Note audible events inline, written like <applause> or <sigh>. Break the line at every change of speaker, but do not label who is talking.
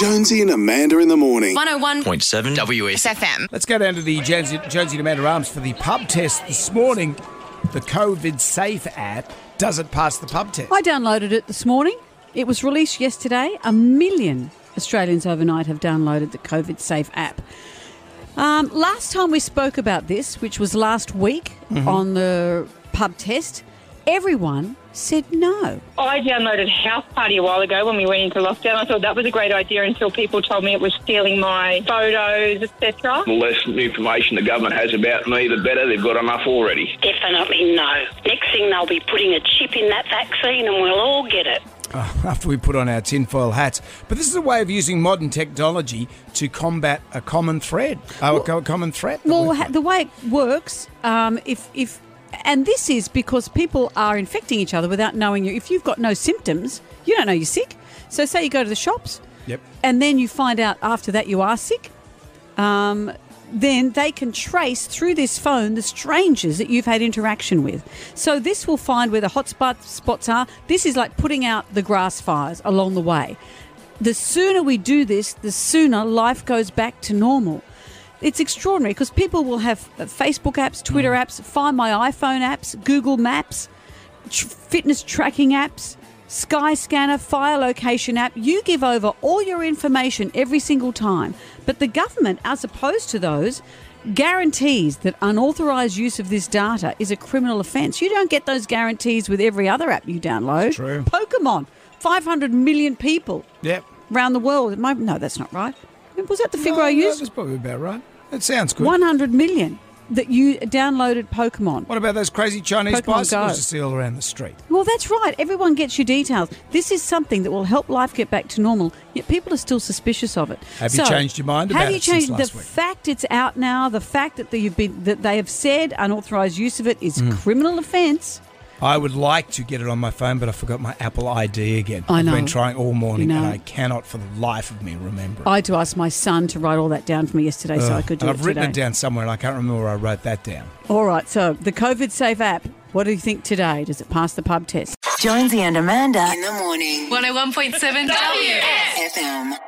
Jonesy and Amanda in the morning.
101
101.7 WS.
FM.
Let's go down to the Jonesy, Jonesy and Amanda Arms for the pub test this morning. The COVID Safe app doesn't pass the pub test.
I downloaded it this morning. It was released yesterday. A million Australians overnight have downloaded the COVID Safe app. Um, last time we spoke about this, which was last week on the pub test, everyone said no.
I downloaded House Party a while ago when we went into lockdown. I thought that was a great idea until people told me it was stealing my photos, etc.
The less information the government has about me, the better. They've got enough already.
Definitely no. Next thing they'll be putting a chip in that vaccine and we'll all get it.
<laughs> after we put on our tinfoil hats. But this is a way of using modern technology to combat a common thread. Uh, a co- common threat. that
Well,
we've
ha-
got.
the way it works, um, if if and this is because people are infecting each other without knowing you. If you've got no symptoms, you don't know you're sick. So, say you go to the shops,
Yep.
and then you find out after that you are sick. Um, then they can trace through this phone the strangers that you've had interaction with. So this will find where the hotspot spots are. This is like putting out the grass fires along the way. The sooner we do this, the sooner life goes back to normal it's extraordinary because people will have uh, Facebook apps, Twitter apps, Find My iPhone apps, Google Maps, tr- fitness tracking apps, Sky Scanner, Fire Location app. You give over all your information every single time. But the government, as opposed to those, guarantees that unauthorised use of this data is a criminal offence. You don't get those guarantees with every other app you download.
True.
Pokemon, 500 million people
Yep. Oh,
around the world. It might- No, that's not right. Was that the figure I
No, no,
used?
That's probably about right. That sounds good.
100 million that you downloaded Pokemon.
What about those crazy Chinese
Pokemon
bicycles
Go.
you see all around the street?
Well, that's right. Everyone gets your details. This is something that will help life get back to normal. Yet people are still suspicious of it.
Have you changed your mind
Have
about
you
it since
changed
last
the
week?
fact it's out now? The fact that you've been that they have said unauthorized use of it is
Mm.
criminal offence.
I would like to get it on my phone, but I forgot my Apple ID again.
I
have been
know.
trying all morning,
You know.
and I cannot for the life of me remember. it.
I had to ask my son to write all that down for me yesterday, so I could do
and
it
I've written
today.
it down somewhere, and I can't remember where I wrote that down.
All right. So the COVID Safe app. What do you think today? Does it pass the pub test?
Jonesy and Amanda in the morning.
101.7 W.
FM.